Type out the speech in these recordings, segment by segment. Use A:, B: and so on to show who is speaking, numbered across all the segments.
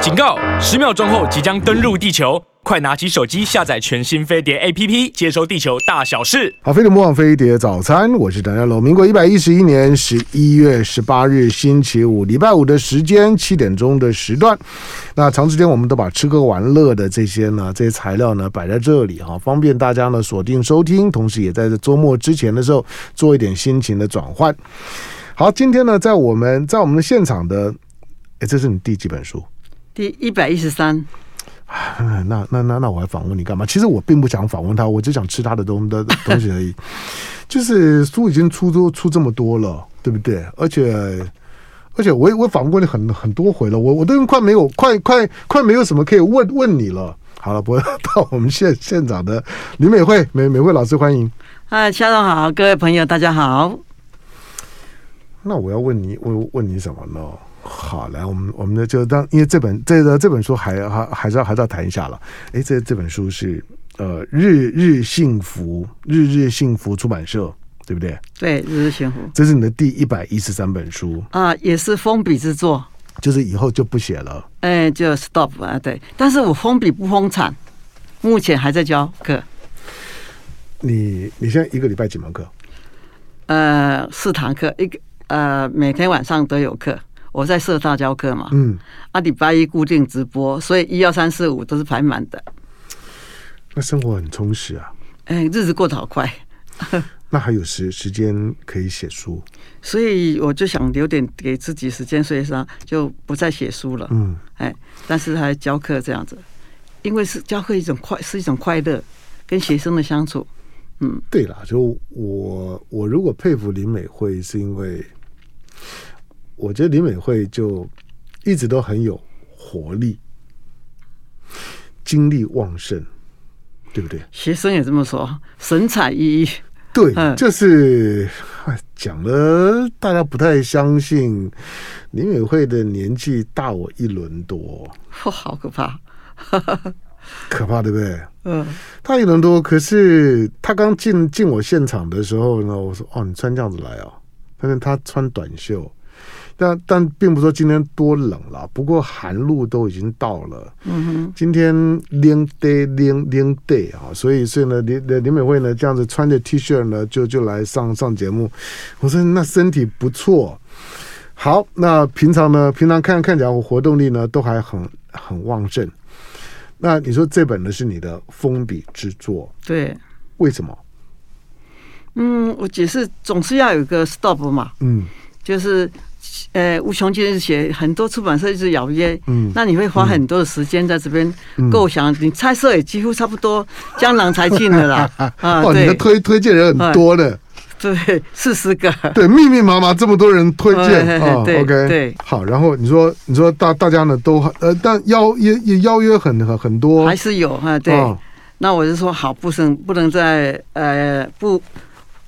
A: 警告！十秒钟后即将登陆地球，快拿起手机下载全新飞碟 APP，接收地球大小事。
B: 好，飞碟魔网飞碟早餐，我是Dan Lo。民国一百一十一年十一月十八日星期五，礼拜五的时间七点钟的时段。那长时间我们都把吃喝玩乐的这些呢，这些材料呢摆在这里哈、方便大家呢锁定收听，同时也在这周末之前的时候做一点心情的转换。好，今天呢，在我们在我们的现场的，哎，这是你第几本书？
C: 第一百一十三，
B: 哎 那那那那我还访问你干嘛？其实我并不想访问他，我只想吃他的东的东西而已。就是书已经出都出这么多了，对不对？而且而且我也我访问过你很很多回了，我我都快没有快快快没有什么可以问问你了。好了，不要 到我们现现场的吕美惠美美惠老师欢迎。
C: 嗨，夏总啊好，各位朋友大家好。
B: 那我要问你，问问你什么呢？好，来，我们我们呢就当因为这本这个这本书还还还是要还是要谈一下了。诶，这这本书是呃日日幸福日日幸福出版社，对不对？
C: 对，日日幸福
B: 这是你的第一百一十三本书，
C: 啊，也是封笔之作，
B: 就是以后就不写了。
C: 哎，就 stop 啊，对。但是我封笔不封产，目前还在教课，
B: 你你现在一个礼拜几门课？
C: 呃，四堂课，一个呃，每天晚上都有课。我在社大教课嘛，
B: 嗯，
C: 啊，礼拜一固定直播，所以一二三四五都是排满的。
B: 那生活很充实啊，
C: 哎，日子过得好快，
B: 那还有时时间可以写书。
C: 所以我就想留点给自己时间，所以说就不再写书了。
B: 嗯，
C: 哎，但是还教课这样子，因为是教课一种快是一种快乐，跟学生的相处，
B: 对啦，就我我如果佩服林美惠，是因为我觉得林美惠就一直都很有活力，精力旺盛，对不对？
C: 学生也这么说，神采奕奕。
B: 对，
C: 嗯
B: 就是哎讲了，大家不太相信林美惠的年纪大我一轮多，
C: 哇，好可怕！
B: 可怕，对不对？
C: 嗯，
B: 大一轮多，可是他刚进进我现场的时候呢，我说哦，你穿这样子来哦，但是他穿短袖，但但并不是说今天多冷啦，不过寒露都已经到了，嗯哼，今天零 day 零零 day 啊，所以所以呢，林林美惠呢这样子穿着 T 恤呢，就就来上上节目，我说那身体不错。好，那平常呢？平常看看起来我活动力呢都还很很旺盛。那你说这本呢是你的封笔之作，
C: 对，
B: 为什么？
C: 嗯，我解释总是要有一个 stop 嘛，
B: 嗯，
C: 就是呃，无穷尽的写，很多出版社一直邀约，
B: 嗯
C: 那你会花很多的时间在这边
B: 嗯
C: 构想，你猜测也几乎差不多江郎才尽 了啦，啊，
B: 哇，哦你的
C: 对啊
B: 推推荐人很多的，
C: 对，四十个，
B: 对，密密麻麻这么多人推荐
C: 哎
B: 啊
C: 对
B: ，OK，
C: 对
B: 好，然后你说你说大大家呢都呃，但邀也也邀约很很很多
C: 还，是有啊，对，
B: 哦
C: 那我就说好，不能不能再呃不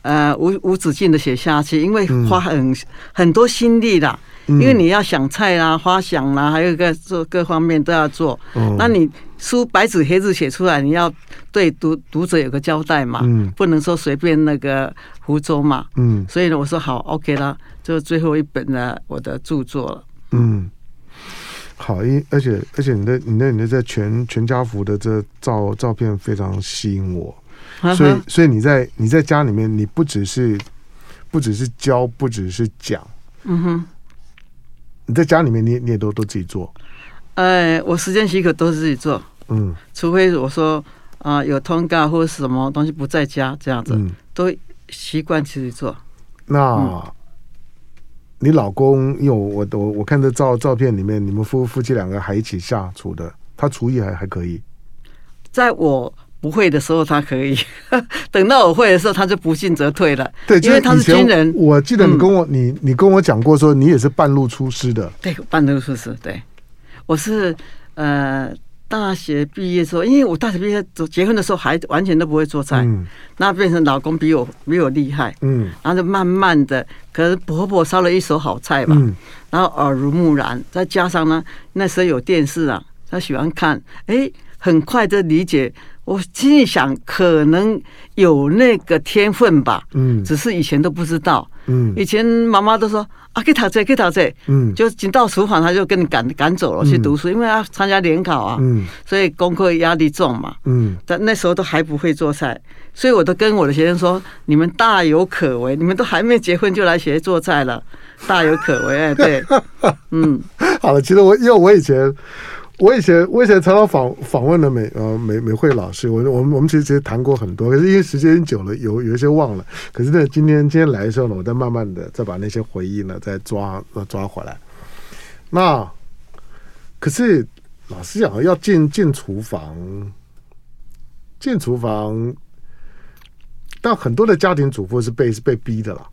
C: 呃无无止境的写下去，因为花很、很多心力的，
B: 嗯
C: 因为你要想菜啦、花想啦，还有一个做各方面都要做。
B: 哦
C: 那你书白纸黑字写出来，你要对读读者有个交代嘛，
B: 嗯
C: 不能说随便那个胡诌嘛。
B: 嗯
C: 所以呢，我说好，OK 啦，就最后一本呢，我的著作了。
B: 嗯，好，因而且而且你的你的你的在全全家福的这照照片非常吸引我，所以所以你在你在家里面，你不只是不只是教，不只是讲，
C: 嗯哼。
B: 你在家里面你也你也都都自己做，
C: 哎，我时间许可都是自己做，
B: 嗯
C: 除非我说啊、有通告或者什么东西不在家这样子，
B: 嗯。
C: 都习惯自己做。
B: 那、
C: 嗯
B: 你老公，因为我我我看这照照片里面，你们夫夫妻两个还一起下厨的，他厨艺还还可以。
C: 在我不会的时候，他可以； 等到我会的时候，他就不进则退了。
B: 对，
C: 因为
B: 就
C: 他
B: 以
C: 是
B: 前
C: 军人，嗯
B: 我记得你跟我、你你跟我讲过说，你也是半路出师的。
C: 对，半路出师。对，我是呃大学毕业之后，因为我大学毕业走结婚的时候还完全都不会做菜，
B: 嗯
C: 那变成老公比我比我厉害，
B: 嗯
C: 然后就慢慢的，可是婆婆烧了一手好菜吧。
B: 嗯
C: 然后耳濡目染，再加上呢，那时候有电视啊，他喜欢看，哎，很快就理解我心里想，可能有那个天分吧，
B: 嗯
C: 只是以前都不知道。
B: 嗯
C: 以前妈妈都说啊，去读这，去读这，
B: 嗯
C: 就进到厨房，他就跟你赶赶走了去读书，因为要参加联考啊，
B: 嗯
C: 所以功课压力重嘛。
B: 嗯
C: 但那时候都还不会做菜，所以我都跟我的学生说：“你们大有可为，你们都还没结婚就来学做菜了，大有可为。”哎，对， 嗯，
B: 好了，其实我因为我以前，我以前我以前常常访访问了美呃美美惠老师，我我们我们其实其实谈过很多，可是因为时间久了，有有一些忘了。可是呢，今天今天来的时候呢，我再慢慢的再把那些回忆呢再抓呃抓回来。那可是老实讲，要进进厨房，进厨房，但很多的家庭主妇是被是被逼的啦。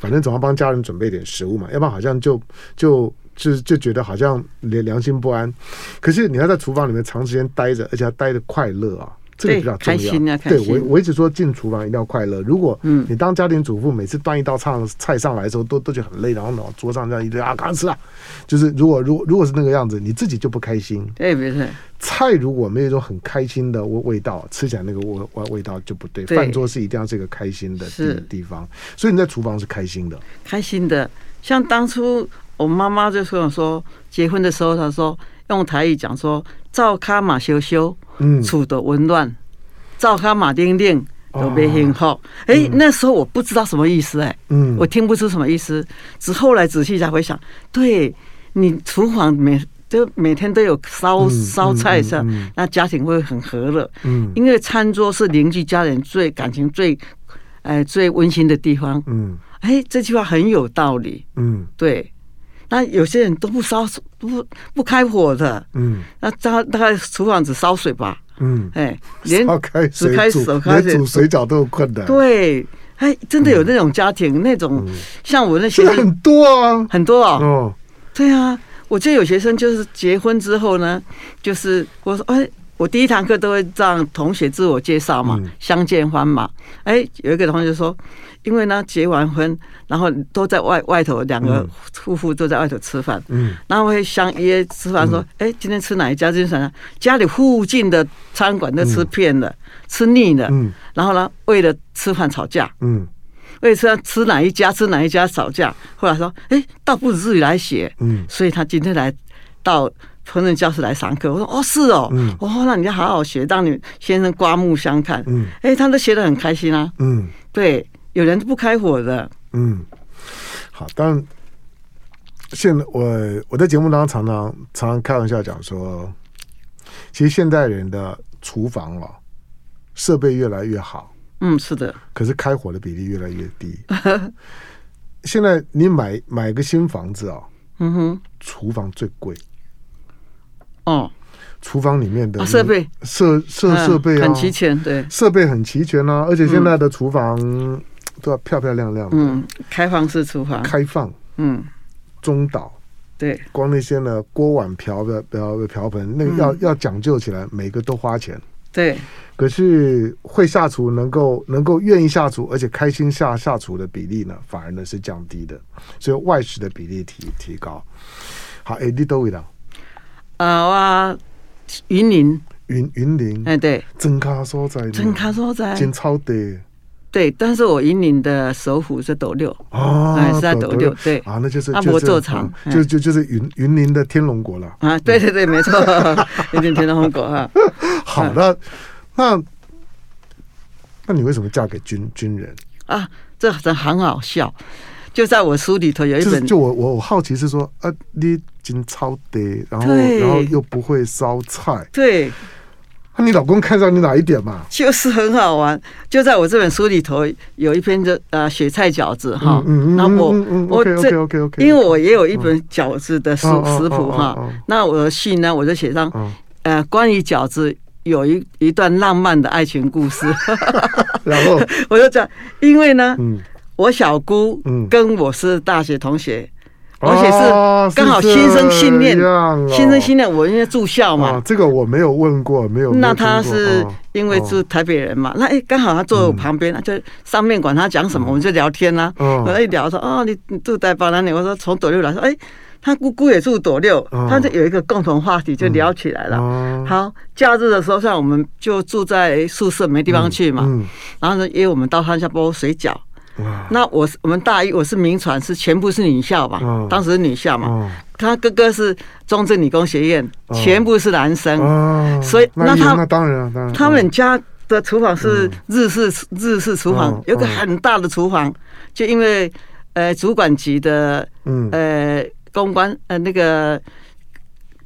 B: 反正总要帮家人准备点食物嘛，要不然好像就就就就觉得好像良良心不安。可是你要在厨房里面长时间待着，而且要待的快乐啊，这个
C: 对
B: 比较重要。
C: 开心啊开
B: 对
C: 心嗯
B: 我我一直说进厨房一定要快乐。如果你当家庭主妇，每次端一道菜菜上来的时候，都都觉得很累，然后呢桌上这样一堆啊，赶快吃啊，就是如果如果如果是那个样子，你自己就不开心。
C: 对，不是，
B: 菜如果没有一种很开心的味味道，吃起来那个味味味道就不对。
C: 对
B: 饭桌是一定要是一个开心的地
C: 是
B: 地方，所以你在厨房是开心的。
C: 开心的。像当初我妈妈就跟我说，结婚的时候，她说用台语讲说：“照卡马修修，
B: 嗯
C: 处的温暖，照卡马丁令。”
B: 哦
C: 都别幸福。哎、那时候我不知道什么意思哎、
B: 嗯
C: 我听不出什么意思，只后来仔细才回想，对你厨房每就每天都有烧烧菜上，那家庭会很和乐。
B: 嗯
C: 因为餐桌是邻居家人最感情最，哎最温馨的地方。
B: 嗯
C: 哎，这句话很有道理。
B: 嗯
C: 对，那有些人都不烧不不开火的，
B: 嗯
C: 那大大概厨房只烧水吧。
B: 嗯，
C: 哎，连
B: 烧开
C: 只
B: 水
C: 开
B: 煮
C: 手开
B: 连
C: 水
B: 煮水饺都有困难。，
C: 对，哎，真的有那种家庭，那种像我那学
B: 现在
C: 生
B: 嗯很多啊。
C: 很多哦。
B: 哦，
C: 对啊，我就有学生就是结婚之后呢，就是我说，哎，我第一堂课都会让同学自我介绍嘛，
B: 嗯
C: 相见欢嘛。哎，有一个同学说，因为呢结完婚，然后都在外外头，两个夫妇都在外头吃饭，
B: 嗯
C: 然后会相约吃饭，说，哎，今天吃哪一家？今天吃哪一家？家里附近的餐馆都吃遍了，吃腻了，
B: 嗯
C: 然后呢，为了吃饭吵架。
B: 嗯
C: 为吃吃哪一家吃哪一家吵架，后来说，哎，倒不如自己来写，
B: 嗯
C: 所以他今天来到烹饪教室来上课。我说，哦，是哦，
B: 嗯
C: 哦，让你好好学，让你先生刮目相看。
B: 嗯
C: 哎，他都学得很开心啊。
B: 嗯
C: 对，有人不开火的，
B: 嗯，好，当然，现在我我在节目当中常常常常开玩笑讲说，其实现代人的厨房哦，设备越来越好，
C: 嗯，是的，
B: 可是开火的比例越来越低。 现在你买买个新房子哦，
C: 嗯哼，
B: 厨房最贵，
C: 哦，
B: 厨房里面的
C: 啊设备
B: 设设
C: 嗯
B: 设备啊，
C: 很齐全，对，
B: 设备很齐全啊，而且现在的厨房都要漂漂亮亮的，
C: 嗯，开放式厨房，
B: 开放
C: 嗯，
B: 中岛。
C: 对，
B: 光那些呢锅碗瓢的瓢瓢盆，
C: 嗯
B: 那个要、要讲究起来，每个都花钱。
C: 对，
B: 可是会下厨，能够能够愿意下厨，而且开心下下厨的比例呢，反而呢是降低的，所以外食的比例提提高。好，哎，你都会了，
C: 啊哇，云林，
B: 云云林
C: 哎，对，
B: 真卡所在呢，
C: 真卡所在，
B: 真超地
C: 对，但是我云林的首府是斗六，
B: 啊，
C: 哎是在
B: 斗
C: 斗六对
B: 啊，那就是
C: 阿
B: 就
C: 伯
B: 是
C: 做哎场
B: 嗯就就就是云云林的天龙国了。
C: 啊，对对对，没错， 有点天龙红果啊。
B: 好，那那那你为什么嫁给军军人？
C: 啊，这这很好笑。就在我书里头有一
B: 就是
C: 本，
B: 就我我我好奇是说，啊，你金超得，然后
C: 对
B: 然后又不会烧菜，
C: 对，
B: 那、啊你老公看上你哪一点嘛？
C: 就是很好玩。就在我这本书里头有一篇的呃雪菜饺子哈，
B: 嗯嗯嗯
C: 那我
B: 嗯嗯
C: 我
B: OK，OK，OK，OK，OK
C: 因为我也有一本饺子的食
B: 嗯嗯嗯
C: 食谱哈
B: 嗯嗯嗯，
C: 那我的信呢我就写上
B: 嗯，
C: 呃关于饺子有一一段浪漫的爱情故事，
B: 然后
C: 我就讲，因为呢
B: 嗯，
C: 我小姑
B: 嗯
C: 跟我是大学同学。而且
B: 哦
C: 是刚好心生信念
B: 是这样，哦
C: 心生信念，我因为住校嘛
B: 啊，，这个我没有问过，没有。没
C: 那
B: 有听
C: 他
B: 过
C: 是
B: 哦嗯
C: 因为住台北人嘛，那哎刚好他坐我旁边，那啊就上面管他讲什么，我们就聊天啦、哦
B: 嗯
C: 啊我一聊说哦，你你住台北哪里？我说从斗六来，说哎，他姑姑也住斗六，
B: 哦
C: 他就有一个共同话题就聊起来了。
B: 哦
C: 好，假日的时候，像我们就住在宿舍，没地方去嘛，
B: 嗯
C: 然后呢约我们到汉下包水饺。
B: 哇
C: 那我是我们大一，我是民传，是全部是女校嘛，
B: 哦
C: 当时是女校嘛。
B: 哦
C: 他哥哥是中正理工学院，
B: 哦
C: 全部是男生。
B: 哦
C: 所以
B: 那
C: 那他
B: 那当然啊当然
C: 他们家的厨房是日式、日式厨房，
B: 嗯
C: 有个
B: 嗯
C: 很大的厨房，就因为呃主管级的
B: 嗯
C: 呃公关呃那个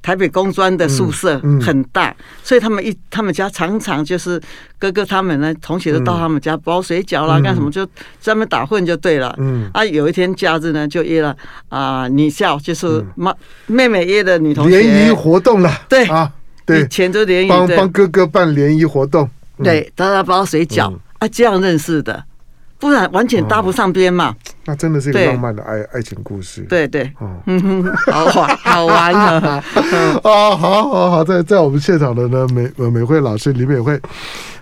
C: 台北工专的宿舍
B: 嗯嗯
C: 很大，所以他们一他们家常常就是哥哥他们呢同学都到他们家包水饺啦、
B: 嗯
C: 干什么就专门打混就对了。
B: 嗯
C: 啊，有一天假日呢，就约了啊、女校，就是妈妹妹约的女同
B: 嗯
C: 学
B: 联谊活动了
C: 对
B: 啊
C: 以
B: 对
C: 前都联谊
B: 帮
C: 对
B: 帮哥哥办联谊活动嗯
C: 对，大家包水饺、
B: 嗯
C: 啊，这样认识的，不然完全搭不上边嘛。
B: 那真的是一个
C: 对
B: 浪漫的爱爱情故事
C: 对对，
B: 哦。
C: 嗯哼， 好玩，好玩啊！
B: 啊，好好好，在在我们现场的呢，美呃美惠老师李美惠，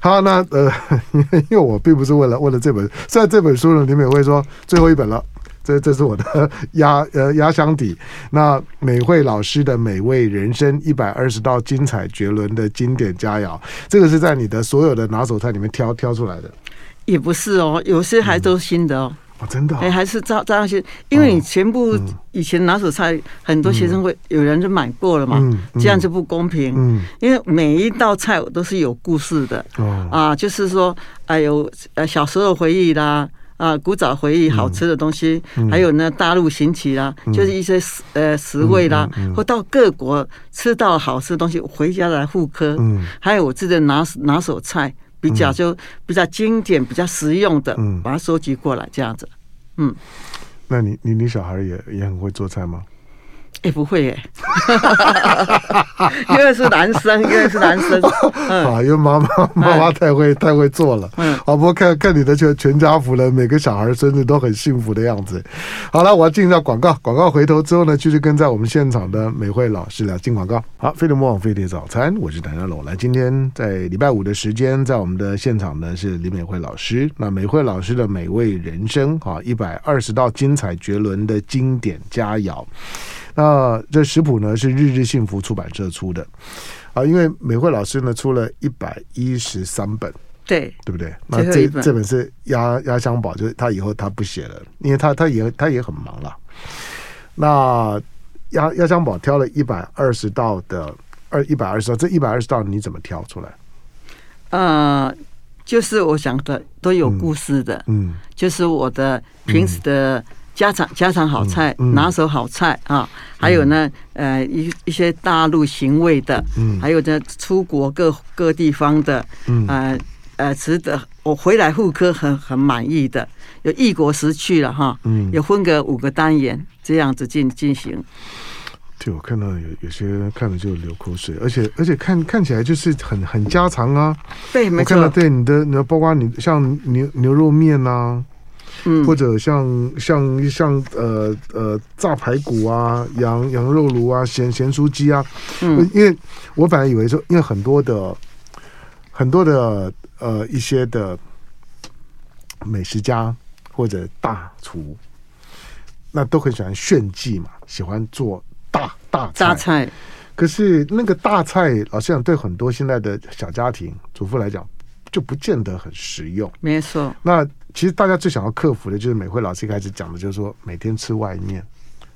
B: 好，那呃， 因为因为我并不是为了为了这本，虽然这本书呢，李美惠说最后一本了。这这是我的 压呃压箱底。那美惠老师的《美味人生》一百二十道精彩绝伦的经典佳肴，这个是在你的所有的拿手菜里面挑挑出来的
C: 也不是哦，有些还都新的哦，
B: 哦，真的、嗯
C: 哎、
B: 哦。
C: 还是照照样些，因为你全部以前拿手菜，很多学生会有人就买过了嘛，
B: 嗯嗯
C: 这样就不公平。
B: 嗯
C: 因为每一道菜我都是有故事的，
B: 哦
C: 啊，就是说，哎呦，呃，小时候回忆啦，啊，古早回
B: 嗯
C: 忆，好吃的东西，还有呢，大陆行棋啦，就是一些食呃食味啦，
B: 嗯
C: 或到各国吃到好吃的东西，回家来复刻。
B: 嗯
C: 还有我自己的拿拿手菜，比较就比较经典、比较实用的，
B: 嗯
C: 把它收集过来这样子。
B: 那你你你小孩也也很会做菜吗？
C: 哎、不会耶、 因为是男生，因为是男生，嗯，
B: 啊，因为妈妈妈妈太会太会做了。
C: 嗯
B: 好，不过看看你的全全家福了，每个小孩孙子都很幸福的样子。好了，我要进到广告，广告回头之后呢，继续跟在我们现场的美惠老师聊进广告。好，飞碟魔网飞碟早餐，我是谭家龙。来，今天在礼拜五的时间，在我们的现场呢是李美惠老师。那美惠老师的美味人生啊，一百二十道精彩绝伦的经典佳肴。那这食谱呢是日日幸福出版社出的。啊，因为美惠老师呢出了一百一十三本，
C: 对，
B: 对不对？那
C: 最后
B: 这
C: 一本
B: 这本是压压箱宝，就是他以后他不写了，因为他他也他也很忙了。那压压箱宝挑了一百二十道的二一百二十道，这一百二十道你怎么挑出来？
C: 呃，就是我想的都有故事的，
B: 嗯
C: 就是我的平时的家常、家常好菜、
B: 嗯嗯
C: 拿手好菜啊，还有呢，呃，一一些大陆行味的，
B: 嗯
C: 还有呢，出国各各地方的，
B: 嗯
C: 呃呃，值得我回来妇科很很满意的，有异国时去了哈，
B: 嗯，
C: 有分个五个单元这样子进进行，
B: 对我看到有有些看了就流口水，而且而且看看起来就是很很家常啊。
C: 对，没
B: 我看到
C: 错，
B: 对你的，你的包括你像牛牛肉面啊，
C: 嗯
B: 或者像像像呃呃炸排骨啊、羊羊肉炉啊、咸咸酥鸡啊，
C: 嗯
B: 因为我本来以为说，因为很多的很多的呃一些的美食家或者大厨，那都很喜欢炫技嘛，喜欢做大大
C: 榨
B: 菜。
C: 菜，
B: 可是那个大菜，老实讲，对很多现在的小家庭主妇来讲，就不见得很实用。
C: 没错，
B: 那其实大家最想要克服的就是美惠老师一开始讲的，就是说每天吃外面，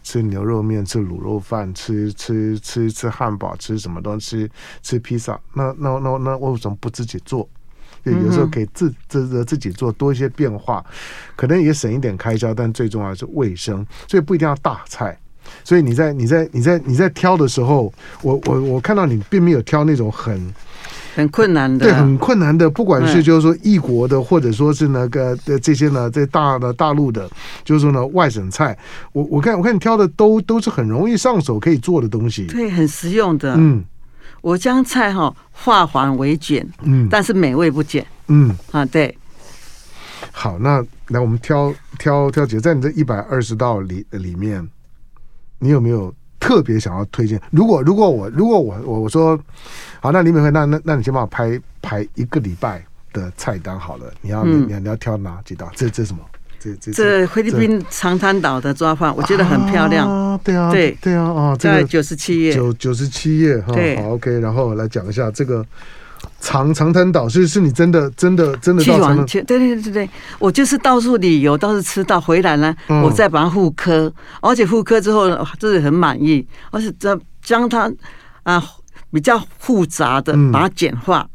B: 吃牛肉面、吃卤肉饭、吃吃吃吃汉堡、吃什么东西、吃披萨。那那那那为什么不自己做？就有时候给自自自自己做多一些变化，可能也省一点开销，但最重要的是卫生，所以不一定要大菜。所以你在你在你在你在挑的时候，我我我看到你并没有挑那种很
C: 很困难的，
B: 对，很困难的，不管是
C: 嗯
B: 就是说异国的，或者说是那个呃这些呢，这大的大陆的，就是说呢外省菜，我我看我看你挑的都都是很容易上手可以做的东西，
C: 对，很实用的，
B: 嗯
C: 我将菜哈化繁为简，
B: 嗯
C: 但是美味不减
B: 嗯，
C: 啊。对，
B: 好，那来我们挑挑挑姐，在你这一百二十道里里面，你有没有特别想要推荐？如果如果我如果我我我说好，那李美惠，那那那你先帮我排排一个礼拜的菜单好了，你要你
C: 嗯
B: 你要你要挑哪几道？这这是什么？这这这
C: 这菲律宾长滩岛的抓饭，我觉得很漂亮，
B: 啊，对啊，
C: 对
B: 对啊，啊，这
C: 在
B: 个
C: 九十七页。
B: 九九十七页哈，
C: 对
B: 好 OK，然后来讲一下这个长长滩岛是是你真的真的真的
C: 去
B: 到长滩
C: 玩去，对对对对对，我就是到处旅游，到处吃到回来呢，
B: 嗯
C: 我再把它复刻，而且复刻之后呢，哇自己很满意，而且这将它啊比较复杂的
B: 嗯
C: 把它简化。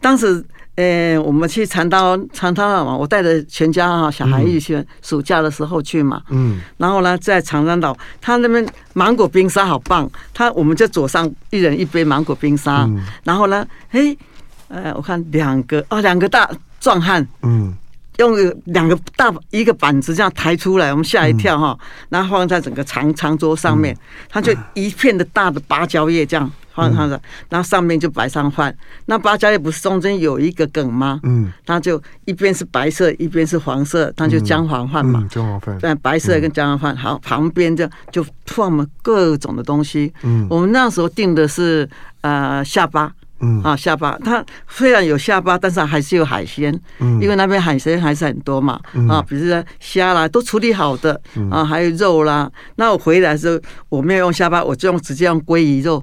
C: 当时呃，我们去长滩长滩岛嘛，我带着全家啊小孩一起去，暑假的时候去嘛，
B: 嗯
C: 然后呢，在长滩岛，他那边芒果冰沙好棒，他我们就左上一人一杯芒果冰沙，
B: 嗯
C: 然后呢，嘿，呃，我看两个啊、两个大壮汉
B: 嗯
C: 用两个大一个板子这样抬出来，我们吓一跳哈、
B: 嗯
C: 然后放在整个长长桌上面，他就一片的大的芭蕉叶这样放上来，
B: 嗯
C: 然后上面就摆上饭。那芭蕉叶不是中间有一个梗吗？
B: 嗯
C: 它就一边是白色，一边是黄色，它就姜黄饭嘛。
B: 嗯，中华饭，
C: 但白色跟姜黄饭，好，旁边这样就放了各种的东西。
B: 嗯
C: 我们那时候订的是呃下巴
B: 嗯
C: 啊下巴，它虽然有下巴，但是还是有海鲜，
B: 嗯
C: 因为那边海鲜还是很多嘛啊，比如说虾啦都处理好的
B: 嗯
C: 啊，还有肉啦。那我回来的时候我没有用下巴，我就用直接用鲑鱼肉。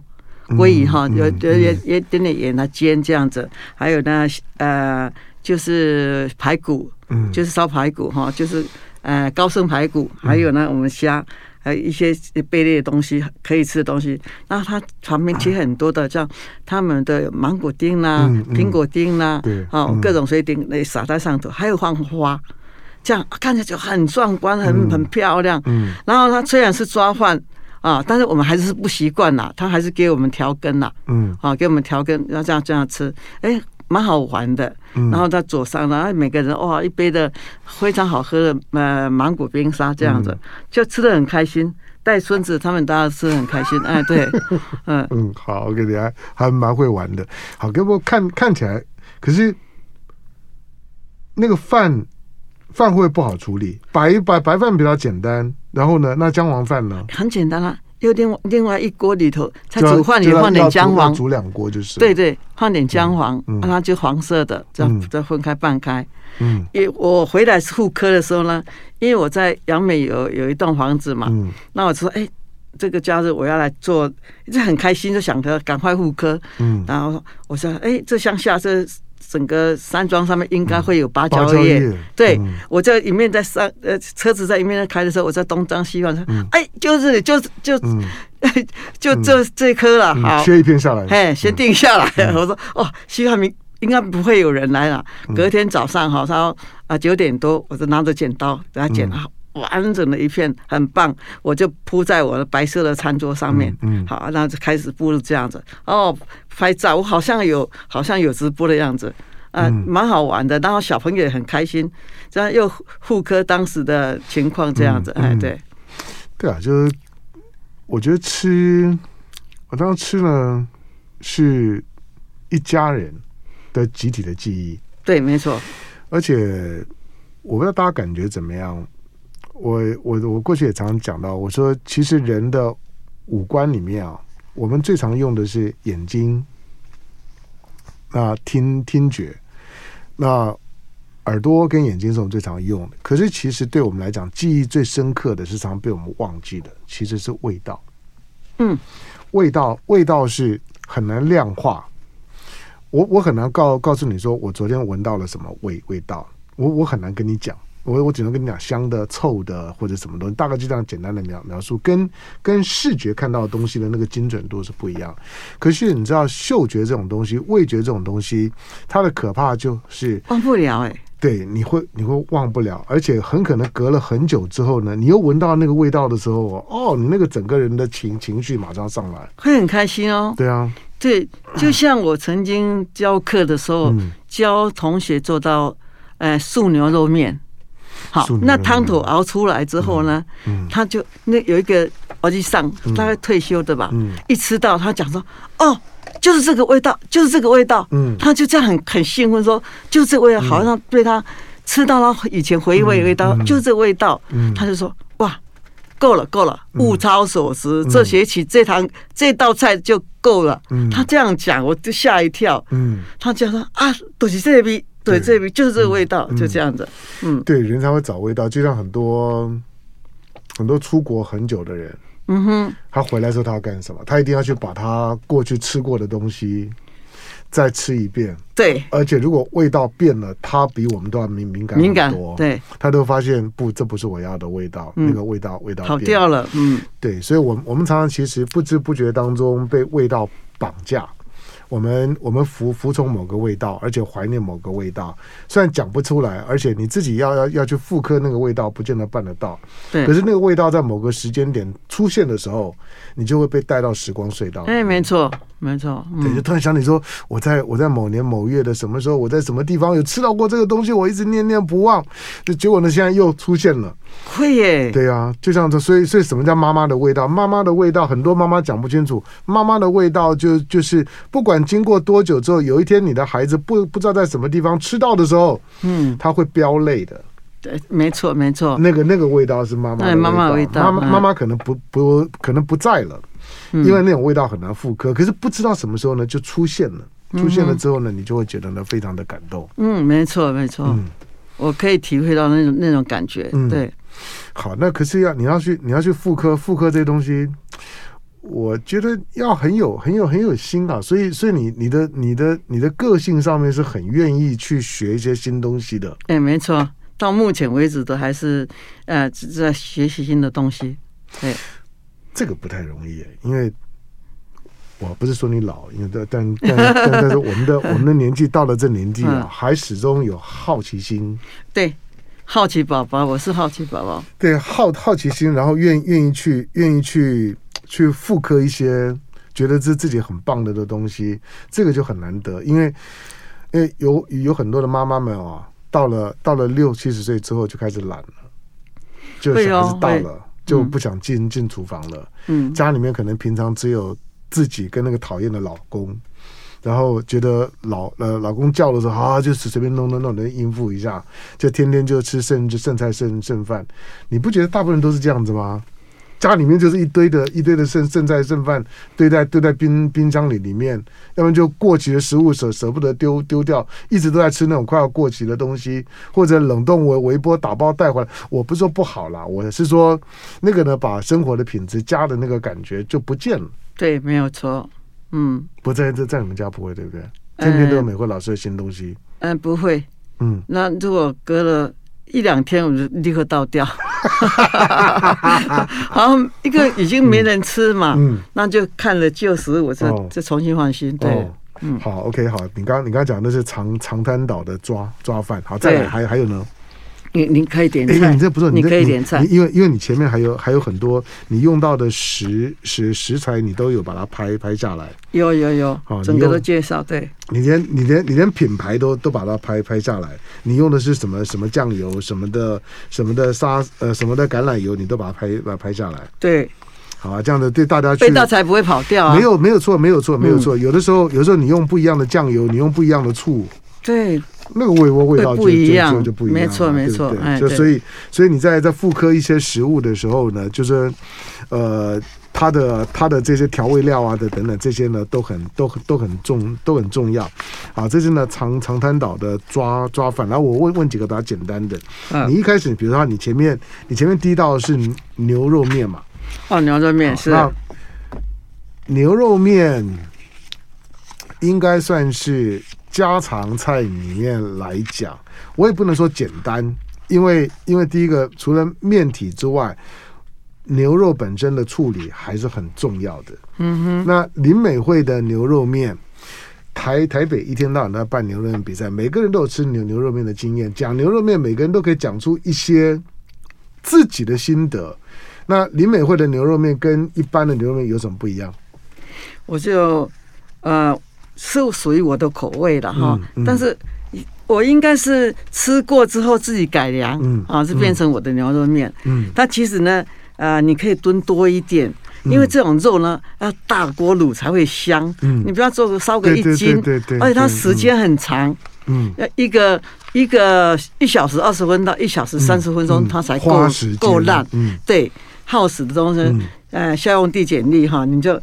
B: 嗯
C: 鲑鱼哈，有有有有一点点盐来煎这样子，还有呢，呃，就是排骨，
B: 嗯
C: 就是烧排骨哈，就是呃高升排骨，还有呢我们虾，还有一些贝类的东西可以吃的东西。那它旁边贴很多的像他们的芒果丁啦、
B: 嗯嗯
C: 苹果丁啦
B: 对，
C: 哦
B: 嗯
C: 各种水丁那撒在上头，还有放花。这样啊看起来就很壮观，很很漂亮。
B: 嗯
C: 然后它虽然是抓饭啊，但是我们还是不习惯啦，它还是给我们调羹啦。
B: 嗯
C: 啊，给我们调羹，要这样这样吃，哎，蛮好玩的。
B: 嗯
C: 然后在左上，然后每个人哇一杯的非常好喝的呃芒果冰沙这样子，
B: 嗯
C: 就吃的很开心。带孙子他们大家吃的很开心，哎， 对，嗯，
B: 嗯，好，OK，你还还蛮会玩的。好，给我看看起来，可是那个饭饭会不会不好处理，白白白饭比较简单。然后呢，那姜黄饭呢？
C: 很简单啦、啊又另外另外一锅里头，它
B: 就要啊
C: 煮饭也
B: 就要
C: 放点
B: 要
C: 姜
B: 煮
C: 黄
B: 要，煮两锅就是。
C: 对，对，放点姜黄，
B: 嗯
C: 让它就黄色的，这
B: 嗯
C: 样再分开拌开。
B: 嗯
C: 因为我回来妇科的时候呢，因为我在杨美有有一栋房子嘛，
B: 嗯
C: 那我就说，哎、这个假日我要来做，就很开心，就想着赶快妇科。
B: 嗯，
C: 然后我说，哎、这乡下这整个山庄上面应该会有
B: 芭
C: 芭蕉
B: 蕉
C: 叶。
B: 叶
C: 对，
B: 嗯
C: 我在一面在上，呃，车子在一面在开的时候，我在东张西望，说，哎、就是就是就、
B: 嗯
C: 就这这棵了，
B: 嗯
C: 好，
B: 切一片下来。
C: 哎，先定下来。 我说哦，西汉明应该不会有人来了。
B: 嗯
C: 隔天早上哈，他啊九点多，我就拿着剪刀给他剪
B: 嗯
C: 好。完整的一片很棒，我就铺在我的白色的餐桌上面。
B: 嗯嗯
C: 好，那就开始布置这样子。哦，拍照，我好像有，好像有直播的样子，啊、
B: 嗯
C: 蛮好玩的。然后小朋友也很开心，这样又复刻当时的情况这样子。
B: 嗯
C: 哎，
B: 嗯
C: 对，
B: 对啊，就是我觉得吃，我当时吃呢是一家人的集体的记忆。
C: 对，没错，
B: 而且我不知道大家感觉怎么样。我我我过去也常常讲到，我说其实人的五官里面啊，我们最常用的是眼睛，那听听觉，那耳朵跟眼睛是我们最常用的。可是其实对我们来讲，记忆最深刻的是常被我们忘记的，其实是味道。
C: 嗯，
B: 味道味道是很难量化。我我很难告告诉你说，我昨天闻到了什么味味道，我我很难跟你讲，我我只能跟你讲香的、臭的或者什么东西，大概就这样简单的描描述，跟跟视觉看到的东西的那个精准度是不一样。可是你知道，嗅觉这种东西、味觉这种东西，它的可怕就是
C: 忘不了哎、
B: 对你会你会忘不了，而且很可能隔了很久之后呢，你又闻到那个味道的时候，哦，你那个整个人的情情绪马上上来。
C: 会很开心哦。
B: 对啊，
C: 对，就像我曾经教课的时候，
B: 嗯
C: 教同学做到，呃，素牛肉面。好
B: 素，牛肉
C: 那
B: 面嗯
C: 汤头熬出来之后呢，他就那有一个我去上，大概退休的吧，
B: 嗯
C: 一吃到他讲说，哦，就是这个味道，就是这个味道，
B: 嗯
C: 他就这样很很兴奋说，就是这个味道，好像对他吃到他以前回味的味
B: 嗯
C: 道，就是这个味道，他就说，哇，够了，够了，
B: 嗯
C: 物超所值，这学期这堂这道菜就够了。
B: 嗯
C: 他这样讲，我就吓一跳。
B: 嗯
C: 他这样说啊，都、就是这味，
B: 对
C: 对，
B: 嗯
C: 这里就是这个味道，就这样子。嗯
B: 对人才会找味道，就像很多很多出国很久的人，
C: 嗯哼，
B: 他回来之后他要干什么？他一定要去把他过去吃过的东西再吃一遍，
C: 对，
B: 而且如果味道变了，他比我们都要敏敏感
C: 敏感
B: 很多，，
C: 对，
B: 他都发现不，这不是我要的味道，
C: 嗯
B: 那个味道味道
C: 跑
B: 变
C: 掉了。嗯，
B: 对，所以，我们我们常常其实不知不觉当中被味道绑架，我们我们服服从某个味道，而且怀念某个味道。虽然讲不出来，而且你自己要要要去复刻那个味道，不见得办得到。
C: 对
B: 可。是那个味道在某个时间点出现的时候，你就会被带到时光隧道。
C: 哎，没错，没错。
B: 对，
C: 嗯
B: 就突然想起说，我在我在某年某月的什么时候，我在什么地方有吃到过这个东西，我一直念念不忘。就结果呢，现在又出现了。
C: 会耶。
B: 对啊，就像这，所以所以什么叫妈妈的味道？妈妈的味道，很多妈妈讲不清楚。妈妈的味道就就是，不管经过多久之后，有一天你的孩子不不知道在什么地方吃到的时候，
C: 嗯，
B: 他会飙泪的。
C: 对，没错，没错。
B: 那个那个味道是妈妈的
C: 对妈妈的
B: 味
C: 味
B: 道，
C: 道
B: 妈妈
C: 嗯
B: 妈妈可能不不可能不在了，
C: 嗯
B: 因为那种味道很难复刻。可是不知道什么时候呢，就出现了。出现了之后呢，你就会觉得呢非常的感动。
C: 嗯，没错，没错。
B: 嗯
C: 我可以体会到那种那种感觉。
B: 嗯
C: 对，
B: 好，那可是要你要去你要去复刻复刻这东西，我觉得要很有很有很有心啊。所以所以你你的你的你的个性上面是很愿意去学一些新东西的。
C: 哎，没错。到目前为止都还是呃只是在学习新的东西。对，
B: 这个不太容易耶，因为我不是说你老，因为但但但但但是我们的我们的年纪到了这年纪啊，
C: 嗯
B: 还始终有好奇心，
C: 对，好奇宝宝，我是好奇宝宝。
B: 对好好奇心，然后愿愿意去愿意去去复刻一些觉得这自己很棒的的东西，这个就很难得，因为因为有有很多的妈妈们啊，到了到了六七十岁之后就开始懒了，就
C: 会
B: 小
C: 哦
B: 孩子大
C: 会
B: 了、就不想进进厨房了。
C: 嗯，
B: 家里面可能平常只有自己跟那个讨厌的老公，然后觉得老呃老公叫的时候啊，就是随便弄弄弄的应付一下，就天天就吃剩剩菜剩剩饭。你不觉得大部分人都是这样子吗？家里面就是一堆的一堆的剩剩菜剩饭堆在堆在冰冰箱里里面，要不然就过期的食物舍舍不得丢丢掉，一直都在吃那种快要过期的东西，或者冷冻微微波打包带回来。我不是说不好啦，我是说那个呢，把生活的品质、家的那个感觉就不见了。
C: 对，没有错。嗯
B: 不在在在你们家不会对不对？天天都有
C: 嗯
B: 美惠老师的新东西，
C: 嗯，不会。
B: 嗯，
C: 那如果隔了一两天，我就立刻倒掉。 然后一个已经没人吃嘛，
B: 嗯嗯
C: 那就看了旧食物，再
B: 哦
C: 再重新换新。对，
B: 哦
C: 嗯
B: 好，OK，好，你刚你刚讲的是长长滩岛的抓抓饭，好，再来
C: 对
B: 还还有呢？
C: 你你可以点
B: 哎、
C: 菜，
B: 你这不错，
C: 你
B: 这
C: 可以点菜
B: 你，因为因为你前面还有还有很多你用到的食食食材，你都有把它拍拍下来，
C: 有有有
B: 哦你，
C: 整个
B: 用
C: 都介绍。对，
B: 你连你连你连品牌都都把它拍拍下来，你用的是什么什么酱油什么的什么的沙呃什么的橄榄油，你都把它拍把它拍下来，
C: 对，
B: 好啊，这样的对大家去
C: 味道才不会跑掉啊。嗯
B: 没，有没有错，没有错，没有错。有的时候，有的时候你用不一样的酱油，你用不一样的醋，
C: 对，
B: 那个味味味道
C: 会
B: 就
C: 不一
B: 就
C: 样
B: 就就不一样了，
C: 没错
B: 对不
C: 没错
B: 对
C: 哎
B: 就
C: 对
B: 所以所以你在在复刻一些食物的时候呢，就是呃，它的它的这些调味料啊的等等这些呢，都很都很都很重都很重要。啊，这是呢长长滩岛的抓抓饭。然后我问问几个比较简单的，你
C: 嗯，
B: 一开始比如说你前面你前面第一道是牛肉面嘛，
C: 哦，牛肉面是，
B: 那牛肉面应该算是家常菜里面来讲，我也不能说简单，因为因为第一个除了面体之外，牛肉本身的处理还是很重要的。
C: 嗯
B: 那林美惠的牛肉面。台台北一天到晚都在办牛肉面比赛，每个人都有吃牛牛肉面的经验。讲牛肉面，每个人都可以讲出一些自己的心得。那林美惠的牛肉面跟一般的牛肉面有什么不一样？
C: 哼，我就呃是属于我的口味了哈
B: 嗯嗯，
C: 但是。我应该是吃过之后自己改良，
B: 嗯
C: 啊，是变成我的牛肉面。
B: 嗯，
C: 它其实呢，呃，你可以炖多一点，因为这种肉呢要大锅卤才会香。
B: 嗯
C: 你不要做个烧个
B: 对
C: 一
B: 对
C: 斤，
B: 对对对
C: 而且它
B: 对
C: 时间很长，
B: 嗯，
C: 要一个一个一小时二十分到一小时三十分钟，
B: 嗯
C: 它才够
B: 花时间
C: 够烂。
B: 嗯
C: 对，耗时的东西
B: 嗯，
C: 呃，效用递减力哈，你就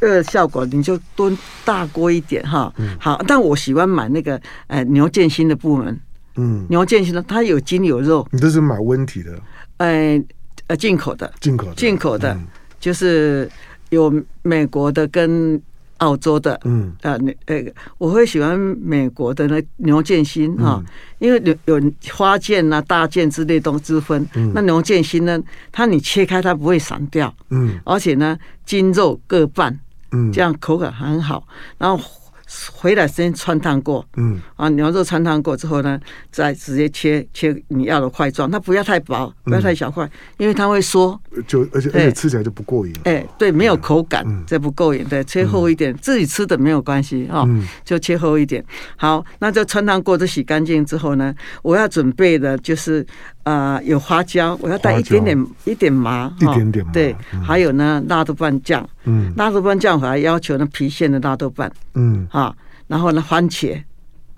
C: 呃效果，你就炖大锅一点哈。
B: 嗯
C: 好，但我喜欢买那个呃牛腱心的部门，
B: 嗯，
C: 牛腱心的它有筋有肉，
B: 你都是买温体的，
C: 呃呃进口的，
B: 进口的，
C: 进口的
B: 嗯
C: 就是有美国的跟澳洲的。
B: 嗯
C: 啊，那呃，我会喜欢美国的那牛腱心哈，因为有有花腱呐、大腱之类都之分。那牛腱心呢，它你切开它不会散掉，
B: 嗯
C: 而且呢筋肉各半，
B: 嗯，
C: 这样口感很好。然后回来先穿烫过，
B: 嗯
C: 啊，牛肉穿烫过之后呢，再直接切切你要的块状，它不要太薄，不要太小块，因为它会缩。
B: 就而且而
C: 对
B: 且吃起来就不过瘾，
C: 哎，对，没有口感，
B: 嗯
C: 这不够瘾。对，切厚一点，自己吃的没有关系哦，
B: 嗯
C: 就切厚一点。好，那就穿烫过都洗干净之后呢，我要准备的就是呃有花椒，我要带
B: 花
C: 一
B: 椒
C: 点点一点麻，
B: 一
C: 哦
B: 点点麻
C: 对，还有呢辣豆瓣酱，
B: 嗯
C: 辣豆瓣酱我还要求呢郫县的辣豆瓣
B: 嗯
C: 啊，然后呢番茄。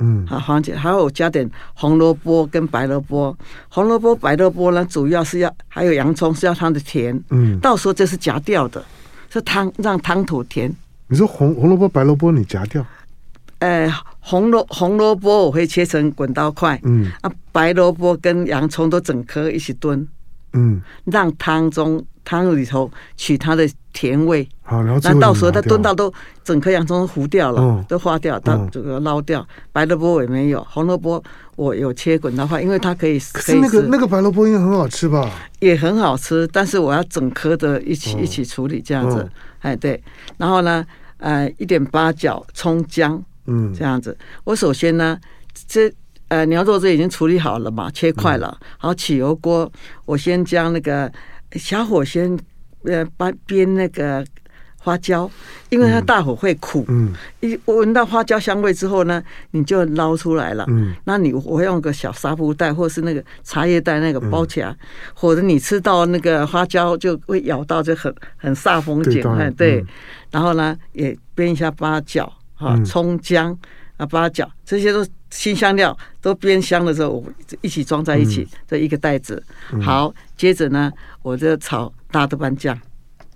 B: 嗯
C: 啊，番茄，还有加点红萝卜跟白萝卜。红萝卜、白萝卜呢，主要是要还有洋葱是要它的甜，
B: 嗯，
C: 到时候这是夹掉的，是汤让汤头甜。
B: 你说红红萝卜白萝卜你夹掉，
C: 呃，红萝红萝卜我会切成滚刀块，
B: 嗯
C: 啊，白萝卜跟洋葱都整颗一起炖，
B: 嗯
C: 让汤中汤里头取它的甜味。
B: 好，然后最
C: 那
B: 后
C: 到
B: 你
C: 时候
B: 拿
C: 它
B: 掉
C: 炖到都整颗洋葱都糊掉了，
B: 嗯
C: 都化掉，到
B: 嗯
C: 这个捞掉。白萝卜我也没有，红萝卜我有切滚刀块，因为它可以
B: 可
C: 可
B: 是
C: 以
B: 那个
C: 吃
B: 那个白萝卜应该很好吃吧？
C: 也很好吃，但是我要整颗的一
B: 哦
C: 起、一起处理这样子
B: 嗯，
C: 哎对，然后呢，呃，一点八角、葱姜
B: 嗯
C: 这样子。我首先呢，这呃牛肉这已经处理好了嘛，切块了，
B: 嗯
C: 然后起油锅，我先将那个小火先呃把煸那个花椒，因为它大火会苦，
B: 嗯
C: 一闻到花椒香味之后呢，你就捞出来了。
B: 嗯，
C: 那你我会用个小纱布袋或是那个茶叶袋那个包起来，
B: 嗯
C: 或者你吃到那个花椒就会咬到，就很很煞风景
B: 对。当然
C: 哎对，
B: 嗯
C: 然后呢也煸一下八角啊、葱姜啊、八角这些都新香料，都煸香的时候我一起装在一起，
B: 嗯
C: 这一个袋子。好，接着呢我就炒大豆瓣酱。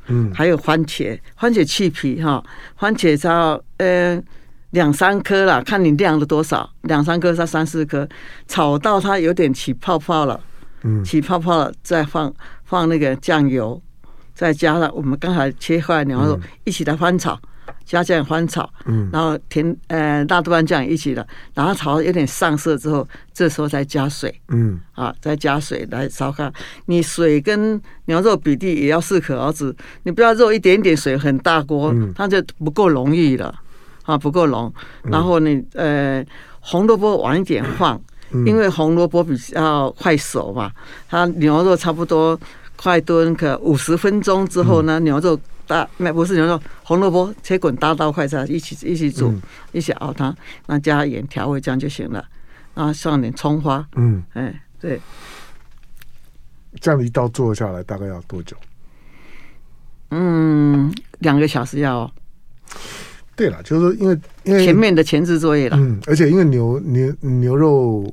B: 嗯
C: 还有番茄，番茄去皮哈，番茄炒呃两三颗啦，看你量了多少，两三颗到三四颗，炒到它有点起泡泡了，
B: 嗯
C: 起泡泡了，再放放那个酱油，再加上我们刚才切块牛肉、一起来翻炒，加酱翻炒，
B: 嗯
C: 然后甜呃大豆瓣酱也一起的，然后炒到有点上色之后，这时候再加水，
B: 嗯
C: 啊，再加水来烧开。你水跟牛肉比例也要适可而止，你不要肉一点点，水很大锅，它就不够浓郁了，啊，不够浓。然后你呃，红萝卜晚一点放，因为红萝卜比较快熟嘛，它牛肉差不多快炖个五十分钟之后呢，牛肉。大那不是牛肉，红萝卜切滚大刀块，再一起一起煮，一起熬汤，那加盐调味这样就行了，然后上点葱花，
B: 嗯，
C: 哎，对，
B: 这样一道做下来大概要多久？
C: 嗯，两个小时要哦
B: 对了，就是说因为因为
C: 前面的前置作业了，
B: 嗯嗯，而且因为牛牛牛肉，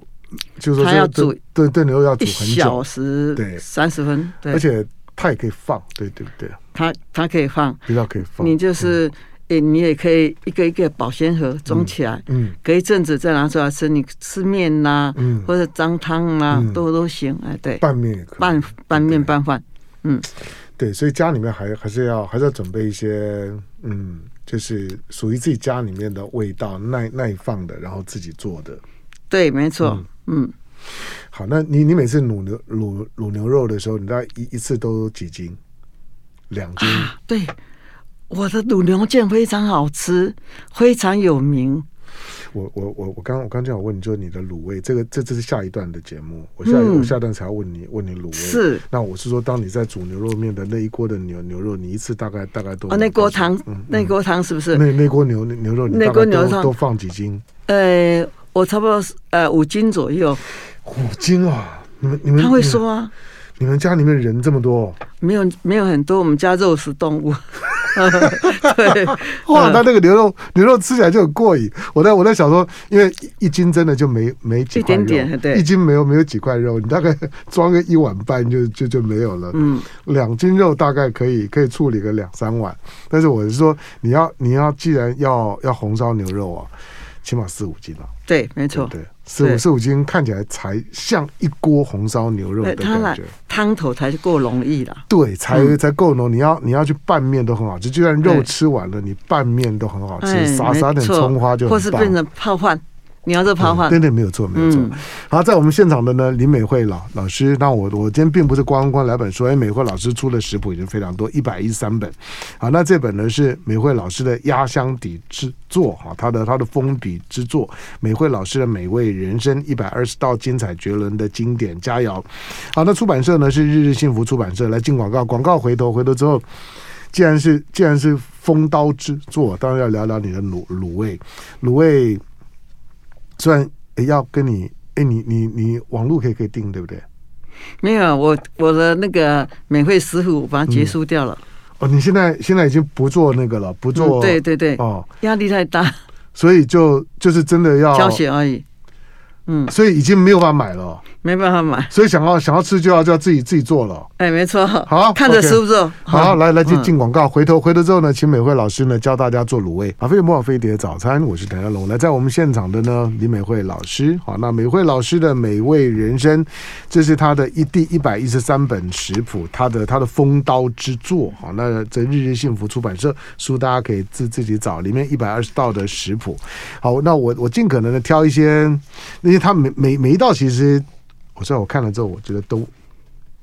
B: 就是说
C: 它要
B: 这
C: 煮
B: 对对牛肉要煮
C: 一
B: 很
C: 小
B: 久，
C: 时
B: 对
C: 三十分，对
B: 而，且它也可以放，对对不对？
C: 它它可以放，
B: 比较可以放。嗯
C: 你就是，诶，你也可以一个一个保鲜盒装起来，
B: 嗯
C: 隔一阵子再拿出来吃，你吃面呐，
B: 嗯，
C: 或者脏汤啦
B: 嗯，
C: 都都行，哎，对，
B: 拌面也可以
C: 拌拌面
B: 对
C: 拌饭，
B: 对，所以家里面还还是要还是要准备一些嗯，就是属于自己家里面的味道，耐耐放的，然后自己做的。
C: 对，没错，嗯，
B: 好，那你你每次卤牛卤卤牛肉的时候，你大概一一次都几斤？两斤？
C: 啊，对。我的卤牛腱非常好吃，非常有名。
B: 我我我我刚我刚就想问你，就是你的卤味，这个这这是下一段的节目，我下、
C: 嗯
B: 我下段才要问你问你卤味。
C: 是，
B: 那我是说，当你在煮牛肉面的那一锅的牛牛肉，你一次大概大概都
C: 哦，那锅汤，
B: 嗯
C: 那锅汤是不是？
B: 那那锅牛牛肉，你
C: 那
B: 大概
C: 锅牛
B: 都
C: 肉
B: 都放几斤？
C: 呃，我差不多是呃五斤左右。
B: 五斤啊！你们你们
C: 他会
B: 嗯
C: 说啊，
B: 你们家里面人这么多，
C: 没有没有很多，我们家肉食动物， 对，
B: 哇，
C: 嗯
B: 那那个牛肉牛肉吃起来就很过瘾。我在我在想说，因为一斤真的就没没几块肉，
C: 一点点对
B: 一斤没有没有几块肉，你大概装个一碗半就就就没有了。
C: 嗯，
B: 两斤肉大概可以可以处理个两三碗，但是我是说，你要你要既然要要红烧牛肉啊，起码四五斤啊，
C: 对，
B: 对
C: 没错
B: 不。对？四五
C: 对
B: 四五斤看起来才像一锅红烧牛肉的
C: 对，它
B: 感
C: 来
B: 觉。
C: 汤头才够容易啦。
B: 对，才、
C: 嗯
B: 才够浓。你要你要去拌面都很好吃，就算肉
C: 对
B: 吃完了，你拌面都很好
C: 哎
B: 吃，哦撒
C: 没
B: 撒点
C: 错
B: 葱花就
C: 或
B: 很
C: 是
B: 棒。
C: 变成泡饭，你要这泡
B: 嗯
C: 饭
B: 对，对，没有错，没有错。
C: 嗯
B: 好，在我们现场的呢，林美惠老老师，那我我今天并不是光光来本书，因为美惠老师出的食谱已经非常多，一百一十三本。好，那这本呢是美惠老师的压箱底之作，哈，她的她的封笔之作，美惠老师的美味人生一百二十道精彩绝伦的经典佳肴。好，那出版社呢是日日幸福出版社，来进广告，广告回头回头之后。既然是既然是风刀之作，当然要聊聊你的卤卤味，卤味虽然诶要跟你，哎，你你你网络可以可以订，对不对？
C: 没有，我我的那个免费食谱我把它结束掉了。
B: 哦，你现在现在已经不做那个了，不做、
C: 嗯对对对，
B: 哦，
C: 压力太大，
B: 所以就就是真的要
C: 教学而已。嗯，
B: 所以已经没有办法买了，
C: 没办法买。
B: 所以想要想要吃就要就要自己自己做了。
C: 哎，没错。
B: 好
C: 看着
B: OK
C: 师傅做。
B: 好，来来进
C: 嗯
B: 进广告，回头回头之后呢，请美惠老师呢教大家做卤味。啊，飞碟模仿飞碟早餐，我是谭家龙。来，在我们现场的呢，李美惠老师。好，那美惠老师的美味人生，这是她的一第一百一十三本食谱，她的她的风刀之作。好，那这日日幸福出版社书，大家可以自自己找，里面一百二十道的食谱。好，那我我尽可能的挑一些，那些他每每每一道其实，我虽然我看了之后，我觉得都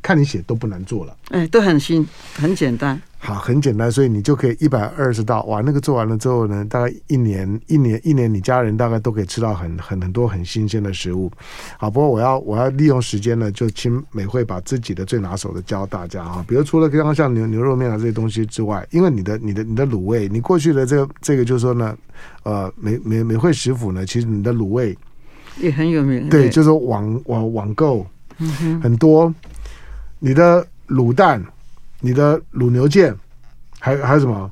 B: 看你写都不难做了。
C: 哎，都很新，很简单。
B: 好，很简单，所以你就可以一百二十道，哇，那个做完了之后呢，大概一年一年一年，你家人大概都可以吃到很很很多很新鲜的食物。好，不过我要我要利用时间呢，就请美惠把自己的最拿手的教大家啊，比如除了刚刚像牛牛肉面啊这些东西之外，因为你的你的你的卤味，你过去的这个这个就是说呢，呃，美美美惠食府呢，其实你的卤味
C: 也很有名。
B: 对，就是网网网购，
C: 嗯
B: 很多。你的卤蛋，你的卤牛腱，还有还有什么？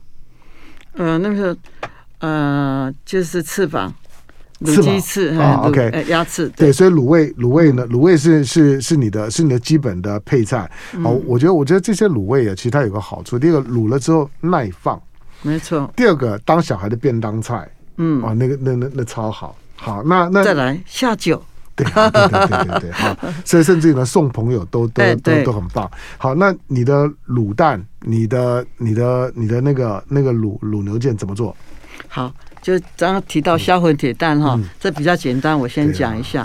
C: 呃，那个呃，就是翅膀，
B: 翅
C: 卤
B: 膀
C: 鸡翅，
B: 啊
C: 哎卤
B: OK
C: 哎鸭翅，
B: 对，所以卤味卤味
C: 嗯
B: 呢，卤味是是是你的是你的基本的配菜。
C: 嗯
B: 好，我觉得我觉得这些卤味啊，其实它有个好处，第一个卤了之后耐放，
C: 没错。
B: 第二个当小孩的便当菜，
C: 嗯，
B: 哦，那个那那那超好。好，那那
C: 再来下酒，
B: 对啊对对对 对对，好，所以甚至于呢，送朋友都都
C: 对
B: 都
C: 对
B: 都很棒。好，那你的卤蛋，你的你的你的那个那个卤卤牛腱怎么做？
C: 好，就刚刚提到销魂铁蛋哈，
B: 嗯
C: 这比较简单，我先讲一下。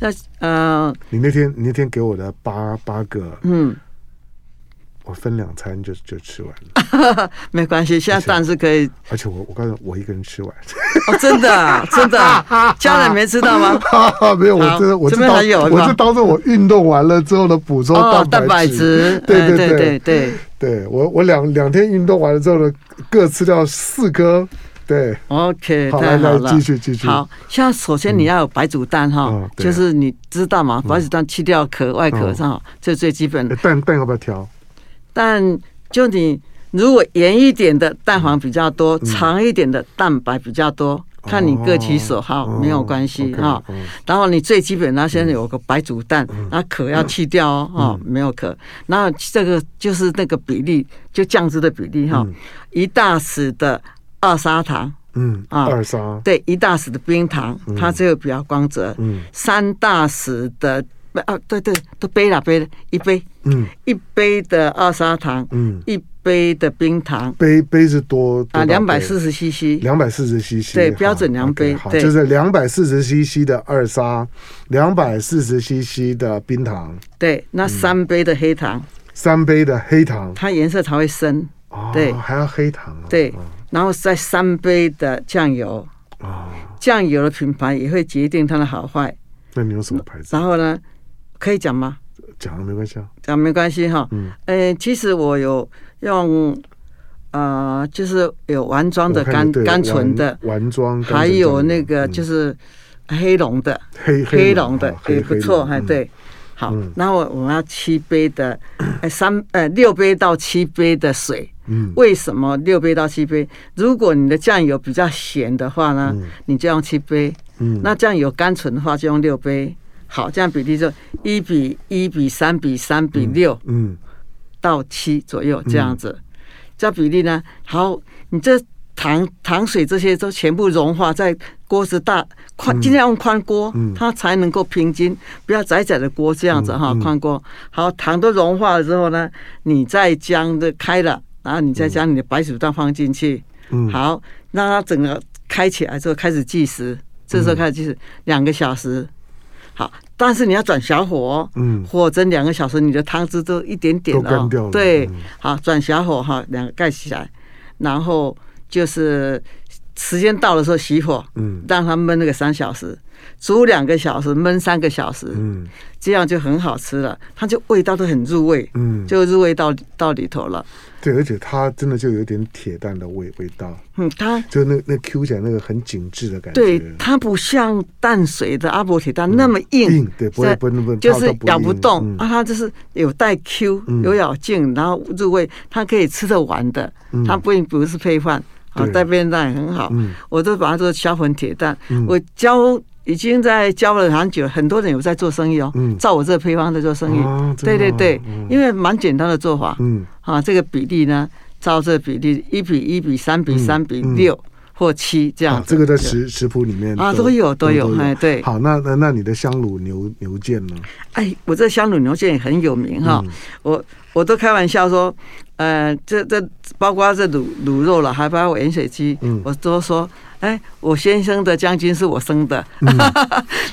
C: 那
B: 啊
C: 呃，
B: 你那天你那天给我的八八个，
C: 嗯，
B: 我分两餐就就吃完了，
C: 没关系，现在蛋 是可以
B: 而且我我告诉你，我一个人吃完，
C: 哦，真的啊真的啊，家人没吃 到吗？
B: 哈哈，没有，我真的我
C: 这
B: 是
C: 边
B: 当
C: 还有是吧
B: 我是当做我运动完了之后的补充
C: 哦，蛋白
B: 白
C: 质，
B: 对
C: 哎
B: 对
C: 对
B: 对
C: 对对，
B: 对我我两两天运动完了之后呢，各吃掉四颗，对，
C: OK，
B: 好
C: 太
B: 来
C: 好
B: 来
C: 了，
B: 继续继续
C: 好，像首先你要有白煮蛋哈、
B: 嗯对啊嗯
C: 就是你知道嘛，白煮蛋去掉壳、外壳上好，这、最基本的
B: 哎。蛋蛋要不要挑？
C: 但就你如果圆一点的蛋黄比较多，
B: 嗯
C: 长一点的蛋白比较多，看你各取所好，
B: 哦
C: 没有关系
B: OK，
C: 哈、
B: 嗯
C: 然后你最基本的先有个白煮蛋，那壳要去掉哦，哦，
B: 嗯
C: 没有壳。那这个就是那个比例，就酱汁的比例哈、一大匙的二砂糖。
B: 嗯，
C: 啊
B: 二砂，
C: 对，一大匙的冰糖，它这个比较光泽。
B: 嗯
C: 三大匙的，不啊，对对，都杯了杯了，一杯
B: 嗯
C: 一杯的二砂糖，
B: 嗯，
C: 一杯的冰糖
B: 杯杯子多
C: 啊，两百四十 CC。
B: 两百四十 CC，
C: 对
B: 好
C: 标准量杯
B: OK，好，
C: 对
B: 就是两百四十 CC 的二砂，两百四十 CC 的冰糖，
C: 对，那
B: 嗯
C: 三杯的黑糖，
B: 三杯的黑糖，
C: 它颜色才会深。
B: 哦，
C: 对
B: 还要黑糖啊，
C: 对，然后再三杯的酱油，
B: 哦，
C: 酱油的品牌也会决定它的好坏。
B: 那你用什么牌子？
C: 然后呢，可以讲吗？
B: 讲了没关系啊，
C: 讲没关系哈。
B: 嗯
C: 呃，其实我有用，呃，就是有丸装的
B: 我看
C: 甘
B: 你对
C: 甘醇的，
B: 丸丸装，甘醇
C: 还有
B: 酱油
C: 那个
B: 嗯
C: 就是黑龙的，
B: 黑
C: 黑龙的
B: 啊黑
C: 也不错，还，
B: 黑龙嗯
C: 对。 哎好，然后我们要七杯的，呃，三呃六杯到七杯的水，
B: 嗯
C: 为什么六杯到七杯？如果你的酱油比较咸的话呢，你就用七杯；
B: 嗯，
C: 那酱油甘醇的话，就用六杯。好，这样比例就一比一比三比三比六
B: 嗯
C: 到七左右这样子。这样比例呢，好，你这糖糖水这些都全部融化在锅子大宽，
B: 嗯
C: 尽量用宽锅，它才能够平均，不要窄窄的锅这样子
B: 嗯
C: 哈，宽锅。好，糖都融化了之后呢，你再将这开了，然后你再将你的白薯蛋放进去，
B: 嗯
C: 好，让它整个开起来之后开始计时，这时候开始计
B: 嗯
C: 时两个小时。好，但是你要转小火哦，
B: 嗯
C: 火蒸两个小时，你的汤汁都一点点哦
B: 都干掉了
C: 对
B: 嗯，
C: 好，转小火哈，两个盖起来，然后就是时间到的时候熄火，
B: 嗯
C: 让它焖那个三小时，煮两个小时，焖三个小时，
B: 嗯
C: 这样就很好吃了，它就味道都很入味，
B: 嗯，
C: 就入味到到里头了。
B: 对，而且它真的就有点铁蛋的味味道，
C: 嗯，它
B: 就那那 Q 起来那个很紧致的感觉，
C: 对它不像淡水的阿伯铁蛋那么硬，
B: 嗯硬对不会
C: 在
B: 不会那么
C: 就是咬不动、
B: 嗯
C: 啊，它就是有带 Q，、
B: 嗯
C: 有咬劲，然后入味，它可以吃得完的，
B: 嗯
C: 它不不是配饭，啊，
B: 对
C: 带便当也很好，
B: 嗯
C: 我都把它做小粉铁蛋，
B: 嗯
C: 我教。已经在教了很久，很多人有在做生意哦，
B: 嗯
C: 照我这个配方在做生意，
B: 啊真的
C: 对对
B: 啊
C: 对，
B: 嗯
C: 因为蛮简单的做法，
B: 嗯
C: 啊，这个比例呢，照这个比例一比一比三比三比六或七这
B: 嗯
C: 样
B: 啊，
C: 子、
B: 这个在食食谱里面
C: 啊都有都有哎对
B: 好，那那那你的香卤牛牛腱呢？
C: 哎，我这香卤牛腱也很有名哈，
B: 嗯
C: 我我都开玩笑说，呃，这这包括这卤卤肉了，还包括盐水鸡，
B: 嗯
C: 我都说。哎，我先生的将军是我生的，
B: 嗯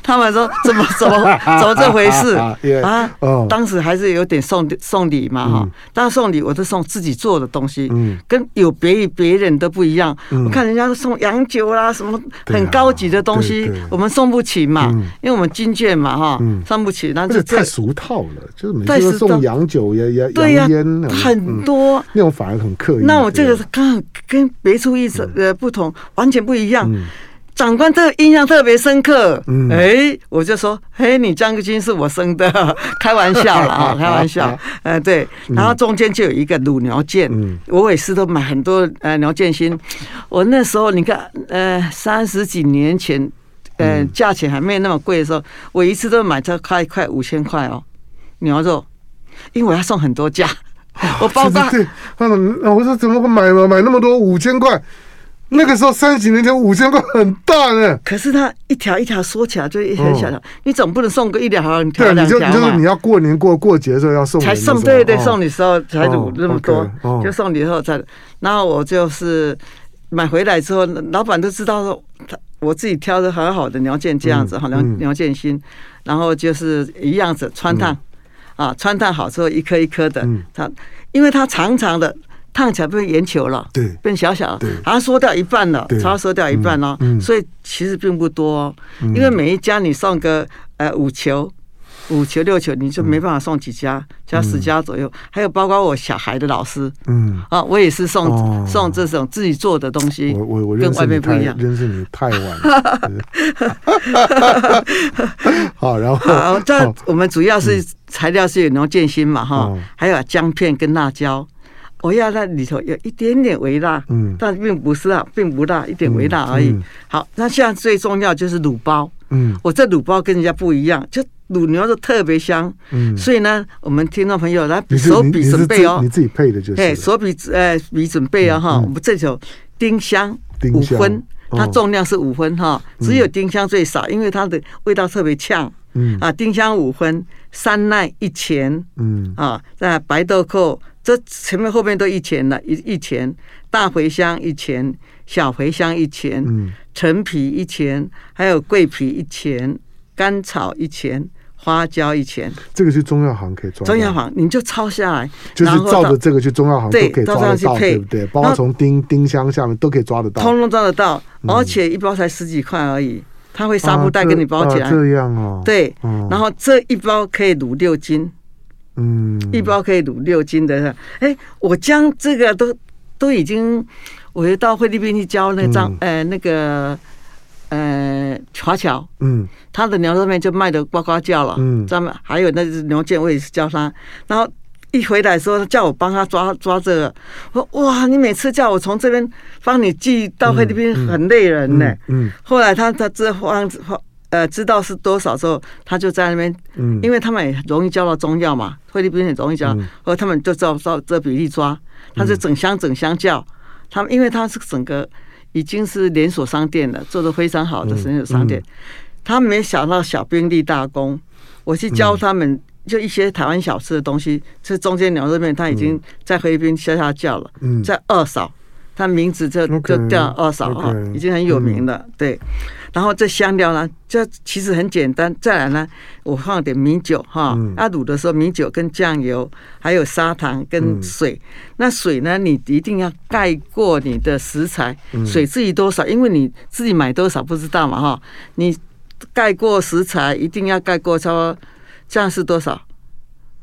C: 他们说怎么怎么 怎么这回事
B: Yeah，
C: 啊
B: 哦？
C: 当时还是有点送送礼嘛哈，但是送礼我都送自己做的东西，
B: 嗯
C: 跟有别于别人都不一样。
B: 嗯
C: 我看人家送洋酒啦，什么
B: 对
C: 很
B: 啊
C: 高级的东
B: 对
C: 西
B: 对，
C: 我们送不起嘛
B: 嗯，
C: 因为我们军眷嘛哈
B: 嗯，
C: 送不起，然后
B: 而
C: 就
B: 且
C: 这
B: 太俗套了，就是每
C: 太
B: 次都
C: 俗套
B: 送洋酒也也
C: 对呀
B: 洋烟，嗯
C: 很多。
B: 那种反而很刻意。
C: 那我这个
B: 对
C: 刚好跟别处意思呃不同，完全不一样
B: 嗯。
C: 长官特印象特别深刻
B: 嗯，
C: 哎，我就说，嘿，你将军是我生的， 开玩笑 啦，啊，开玩笑，呃，对，然后中间就有一个卤牛腱
B: 嗯，
C: 我也是都买很多呃牛腱心，我那时候你看，呃，三十几年前，呃，
B: 嗯
C: 价钱还没有那么贵的时候，我一次都买这快快五千块哦，牛肉，因为我要送很多架，
B: 哦
C: 我包装
B: 对，嗯，我说怎么会买买那么多五千块？那个时候三十几年前五千块很大呢。
C: 可是它一条一条缩起来就一条
B: 嗯
C: 一条，你总不能送个一两条
B: 对，啊
C: 条
B: 你
C: 两
B: 就
C: 条
B: 你就是你
C: 嘛。
B: 要过年过过节的时候要送人
C: 才
B: 的时候，
C: 送对对
B: 哦
C: 送你时候才卤那么多
B: OK，哦，
C: 就送你后才，然后我就是买回来之后，老板都知道说他我自己挑的很好的牛腱这样子哈，
B: 嗯
C: 牛
B: 嗯
C: 牛腱心，然后就是一样子穿烫啊，穿烫好之后一颗一颗的
B: 嗯，
C: 它因为它长长的烫起来变圆球了，
B: 对
C: 变小小了
B: 对，
C: 好像缩掉一半了
B: 对，
C: 差不多缩掉一半了
B: 嗯嗯，嗯
C: 所以其实并不多、哦，因为每一家你送个呃五球。五球六球你就没办法送几家，加十家左右，还有包括我小孩的老师
B: 嗯。
C: 啊，我也是送、
B: 哦
C: 送这种自己做的东西，
B: 我我我认
C: 跟
B: 识
C: 外
B: 你
C: 面不
B: 太
C: 一样。
B: 认识你太晚了。 好，然后
C: 好，这啊我们主要是材料是有牛腱心嘛哈
B: 嗯哦，
C: 还有姜片跟辣椒，我要那里头有一点点微辣，
B: 嗯
C: 但并不是辣，并不辣，一点微辣而已
B: 嗯嗯。
C: 好，那现在最重要就是卤包，
B: 嗯
C: 我这卤包跟人家不一样，就卤牛肉特别香，
B: 嗯，
C: 所以呢，我们听众朋友来
B: 你是
C: 手
B: 你你
C: 比
B: 是
C: 准备
B: 自
C: 哦
B: 你，自己配的就是
C: 哎，
B: 了。
C: 手比呃比准备哦哈，我们这首丁香
B: 丁
C: 五
B: 香
C: 分。它
B: 哦
C: 重量是五分哈，只有丁香最少，因为它的味道特别呛。
B: 嗯
C: 啊，丁香五分，三奈一钱
B: 嗯
C: 啊，那白豆蔻这前面后面都一钱了，一一钱，大茴香一钱，小茴香一钱，
B: 嗯
C: 陈皮一钱，还有桂皮一钱，甘草一钱，花椒一钱。
B: 这个去中药行可以抓到，
C: 中药行你就抄下来，
B: 就是
C: 然后
B: 照
C: 到
B: 着这个去中药行
C: 对
B: 都可以
C: 到
B: 抓得
C: 这样
B: 到，
C: 去配
B: 对不对？包
C: 然
B: 括
C: 后
B: 从丁丁香下面都可以抓得到。
C: 通通抓得到，而且一包才十几块而已，他会纱布袋
B: 嗯啊
C: 给你包起
B: 这
C: 来
B: 啊。这样哦。，
C: 对，
B: 嗯
C: 然后这一包可以卤六斤，
B: 嗯，
C: 一包可以卤六斤的。哎，我将这个都都已经，我到菲律宾去教那张、呃那个呃华侨，
B: 嗯
C: 他的牛肉面就卖的呱呱叫了，
B: 嗯
C: 咱们还有那只牛腱我也是教他，然后一一回来的时候叫我帮他抓抓这个，我说哇，你每次叫我从这边帮你寄到菲律宾很累人呢、
B: 嗯
C: 后来他他这方呃知道是多少之后，他就在那边，
B: 嗯
C: 因为他们也容易交到中药嘛，菲律宾很容易交，后来他们就照照这比例抓，他就整箱整箱叫，他们因为他是整个已经是连锁商店了，做的非常好的连锁商店，
B: 嗯
C: 他没想到小兵立大功，我去教他
B: 嗯
C: 们。就一些台湾小吃的东西，这中间牛肉面他已经在菲律宾下下叫了，
B: 嗯
C: 在二嫂，他名字就就
B: OK，
C: 叫二嫂啊
B: OK，嗯
C: 已经很有名了。对，然后这香料呢，这其实很简单。再来呢，我放点米酒哈，
B: 嗯
C: 啊卤的时候米酒跟酱油，还有砂糖
B: 嗯
C: 跟水。那水呢，你一定要盖过你的食材，
B: 嗯
C: 水至于多少，因为你自己买多少不知道嘛哈。你盖过食材一定要盖过，差不多这样是多少？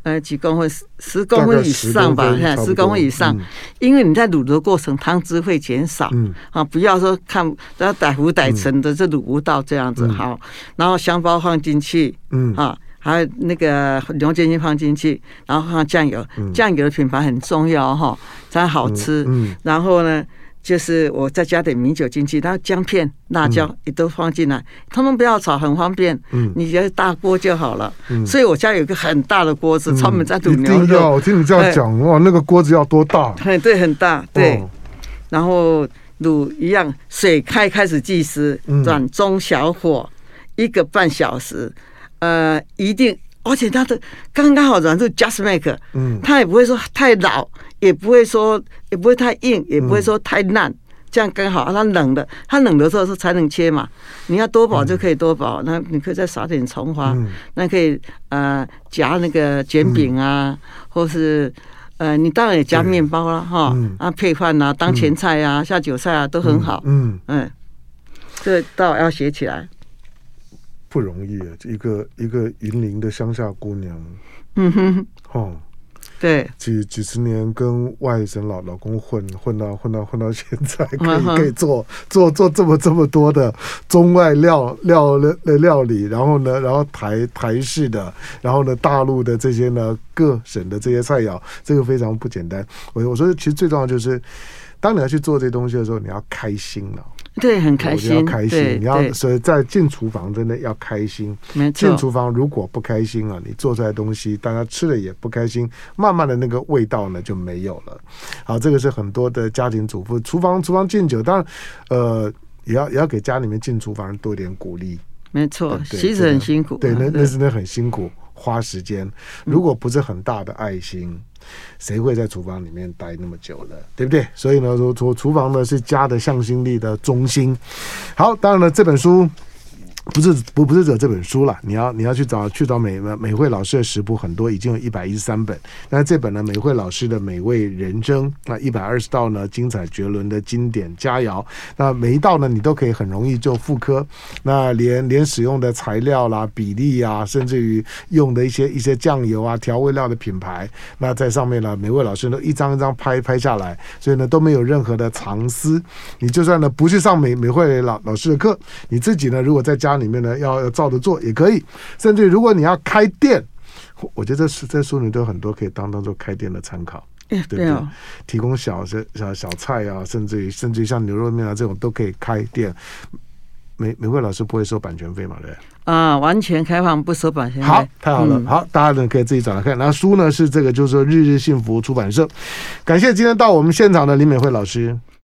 C: 呃，几公分，十十公分以上吧，
B: 大概10公分差不多
C: 十公分以上，
B: 嗯
C: 因为你在卤的过程汤汁会减少，
B: 嗯
C: 啊，不要说看然后歹糊歹沉的，这卤不到这样子、好，然后香包放进去，
B: 嗯
C: 啊，还有那个牛筋筋放进去，然后放酱油，酱、油的品牌很重要哈，才好吃。
B: 嗯嗯
C: 然后呢，就是我再加点米酒进去，然后姜片、辣椒也都放进来，通通不要炒，很方便。
B: 嗯
C: 你只要大锅就好了。所以我家有一个很大的锅子，专门在
B: 嗯
C: 卤
B: 一
C: 牛
B: 定要，
C: 肉。
B: 我听你这样讲哇，那个锅子要多 大？
C: 很对，很大，对。
B: 哦
C: 然后卤一样，水开开始计时
B: 嗯，
C: 转中小火，一个半小时，呃，一定，而且它的刚刚好软度 just make，
B: 嗯
C: 它也不会说太老，也不会说也不会太硬，也不会说太烂。这样刚好，啊它冷的，它冷的时候是才能切嘛。你要多薄就可以多薄，那你可以再撒点葱花，
B: 嗯
C: 那可以呃夹那个卷饼啊，
B: 嗯
C: 或是呃你当然也夹面包啦、哈、
B: 嗯
C: 啊配饭啊，当前菜啊、下酒菜啊都很好，
B: 嗯，
C: 嗯，这倒要学起来，
B: 不容易，啊一个一个云林的乡下姑娘，
C: 嗯哼，
B: 哦，
C: 对，
B: 几几十年跟外省老老公混混到混到混到现 在，可
C: 嗯
B: 以
C: 哼
B: 可以做做做这么这么多的中外料料的料理，然后呢，然后台台式的，然后呢，大陆的这些呢，各省的这些菜肴，这个非常不简单。我我说，其实最重要就是，当你要去做这东西的时候，你要开心了，
C: 对，很开
B: 哦我觉得要
C: 心，
B: 开
C: 对
B: 心，你要
C: 对，
B: 所以在进厨房真的要开心。
C: 没
B: 进
C: 错，
B: 厨房如果不开心啊，你做出来的东西大家吃了也不开心，慢慢的那个味道呢就没有了。好，这个是很多的家庭主妇厨房厨房敬酒，当然呃也要也要给家里面进厨房人多一点鼓励。
C: 没错，
B: 对
C: 其实
B: 这个
C: 哦很辛苦啊，
B: 对，那那真的很辛苦，花时间。如果不是很大的爱心，谁会在厨房里面待那么久了，对不对？所以呢，说说厨房呢是家的向心力的中心。好，当然了，这本书。不是不不是只有这本书了，你要你要去找去找美美惠老师的食谱，很多已经有一百一十三本。那这本呢，美惠老师的《美味人生》，那一百二十道呢，精彩绝伦的经典佳肴。那每一道呢，你都可以很容易就复刻。那连连使用的材料啦、比例啊，甚至于用的一些一些酱油啊、调味料的品牌，那在上面呢，美味老师都一张一张拍拍下来，所以呢都没有任何的藏私。你就算呢不去上美美惠老老师的课，你自己呢如果在家里面呢要要照着做也可以，甚至于如果你要开店。我我觉得这书这书里都有很多可以当当做开店的参考。
C: 哎
B: 对
C: 没
B: 不对
C: 有？
B: 提供小小小小菜啊，甚至于甚至于像牛肉面啊这种都可以开店。美美惠老师不会收版权费嘛？对不对？
C: 啊，完全开放不收版权费，
B: 好，太好了，
C: 嗯
B: 好，大家呢可以自己找来看。那书呢是这个，就是说日日幸福出版社。感谢今天到我们现场的林美惠老师。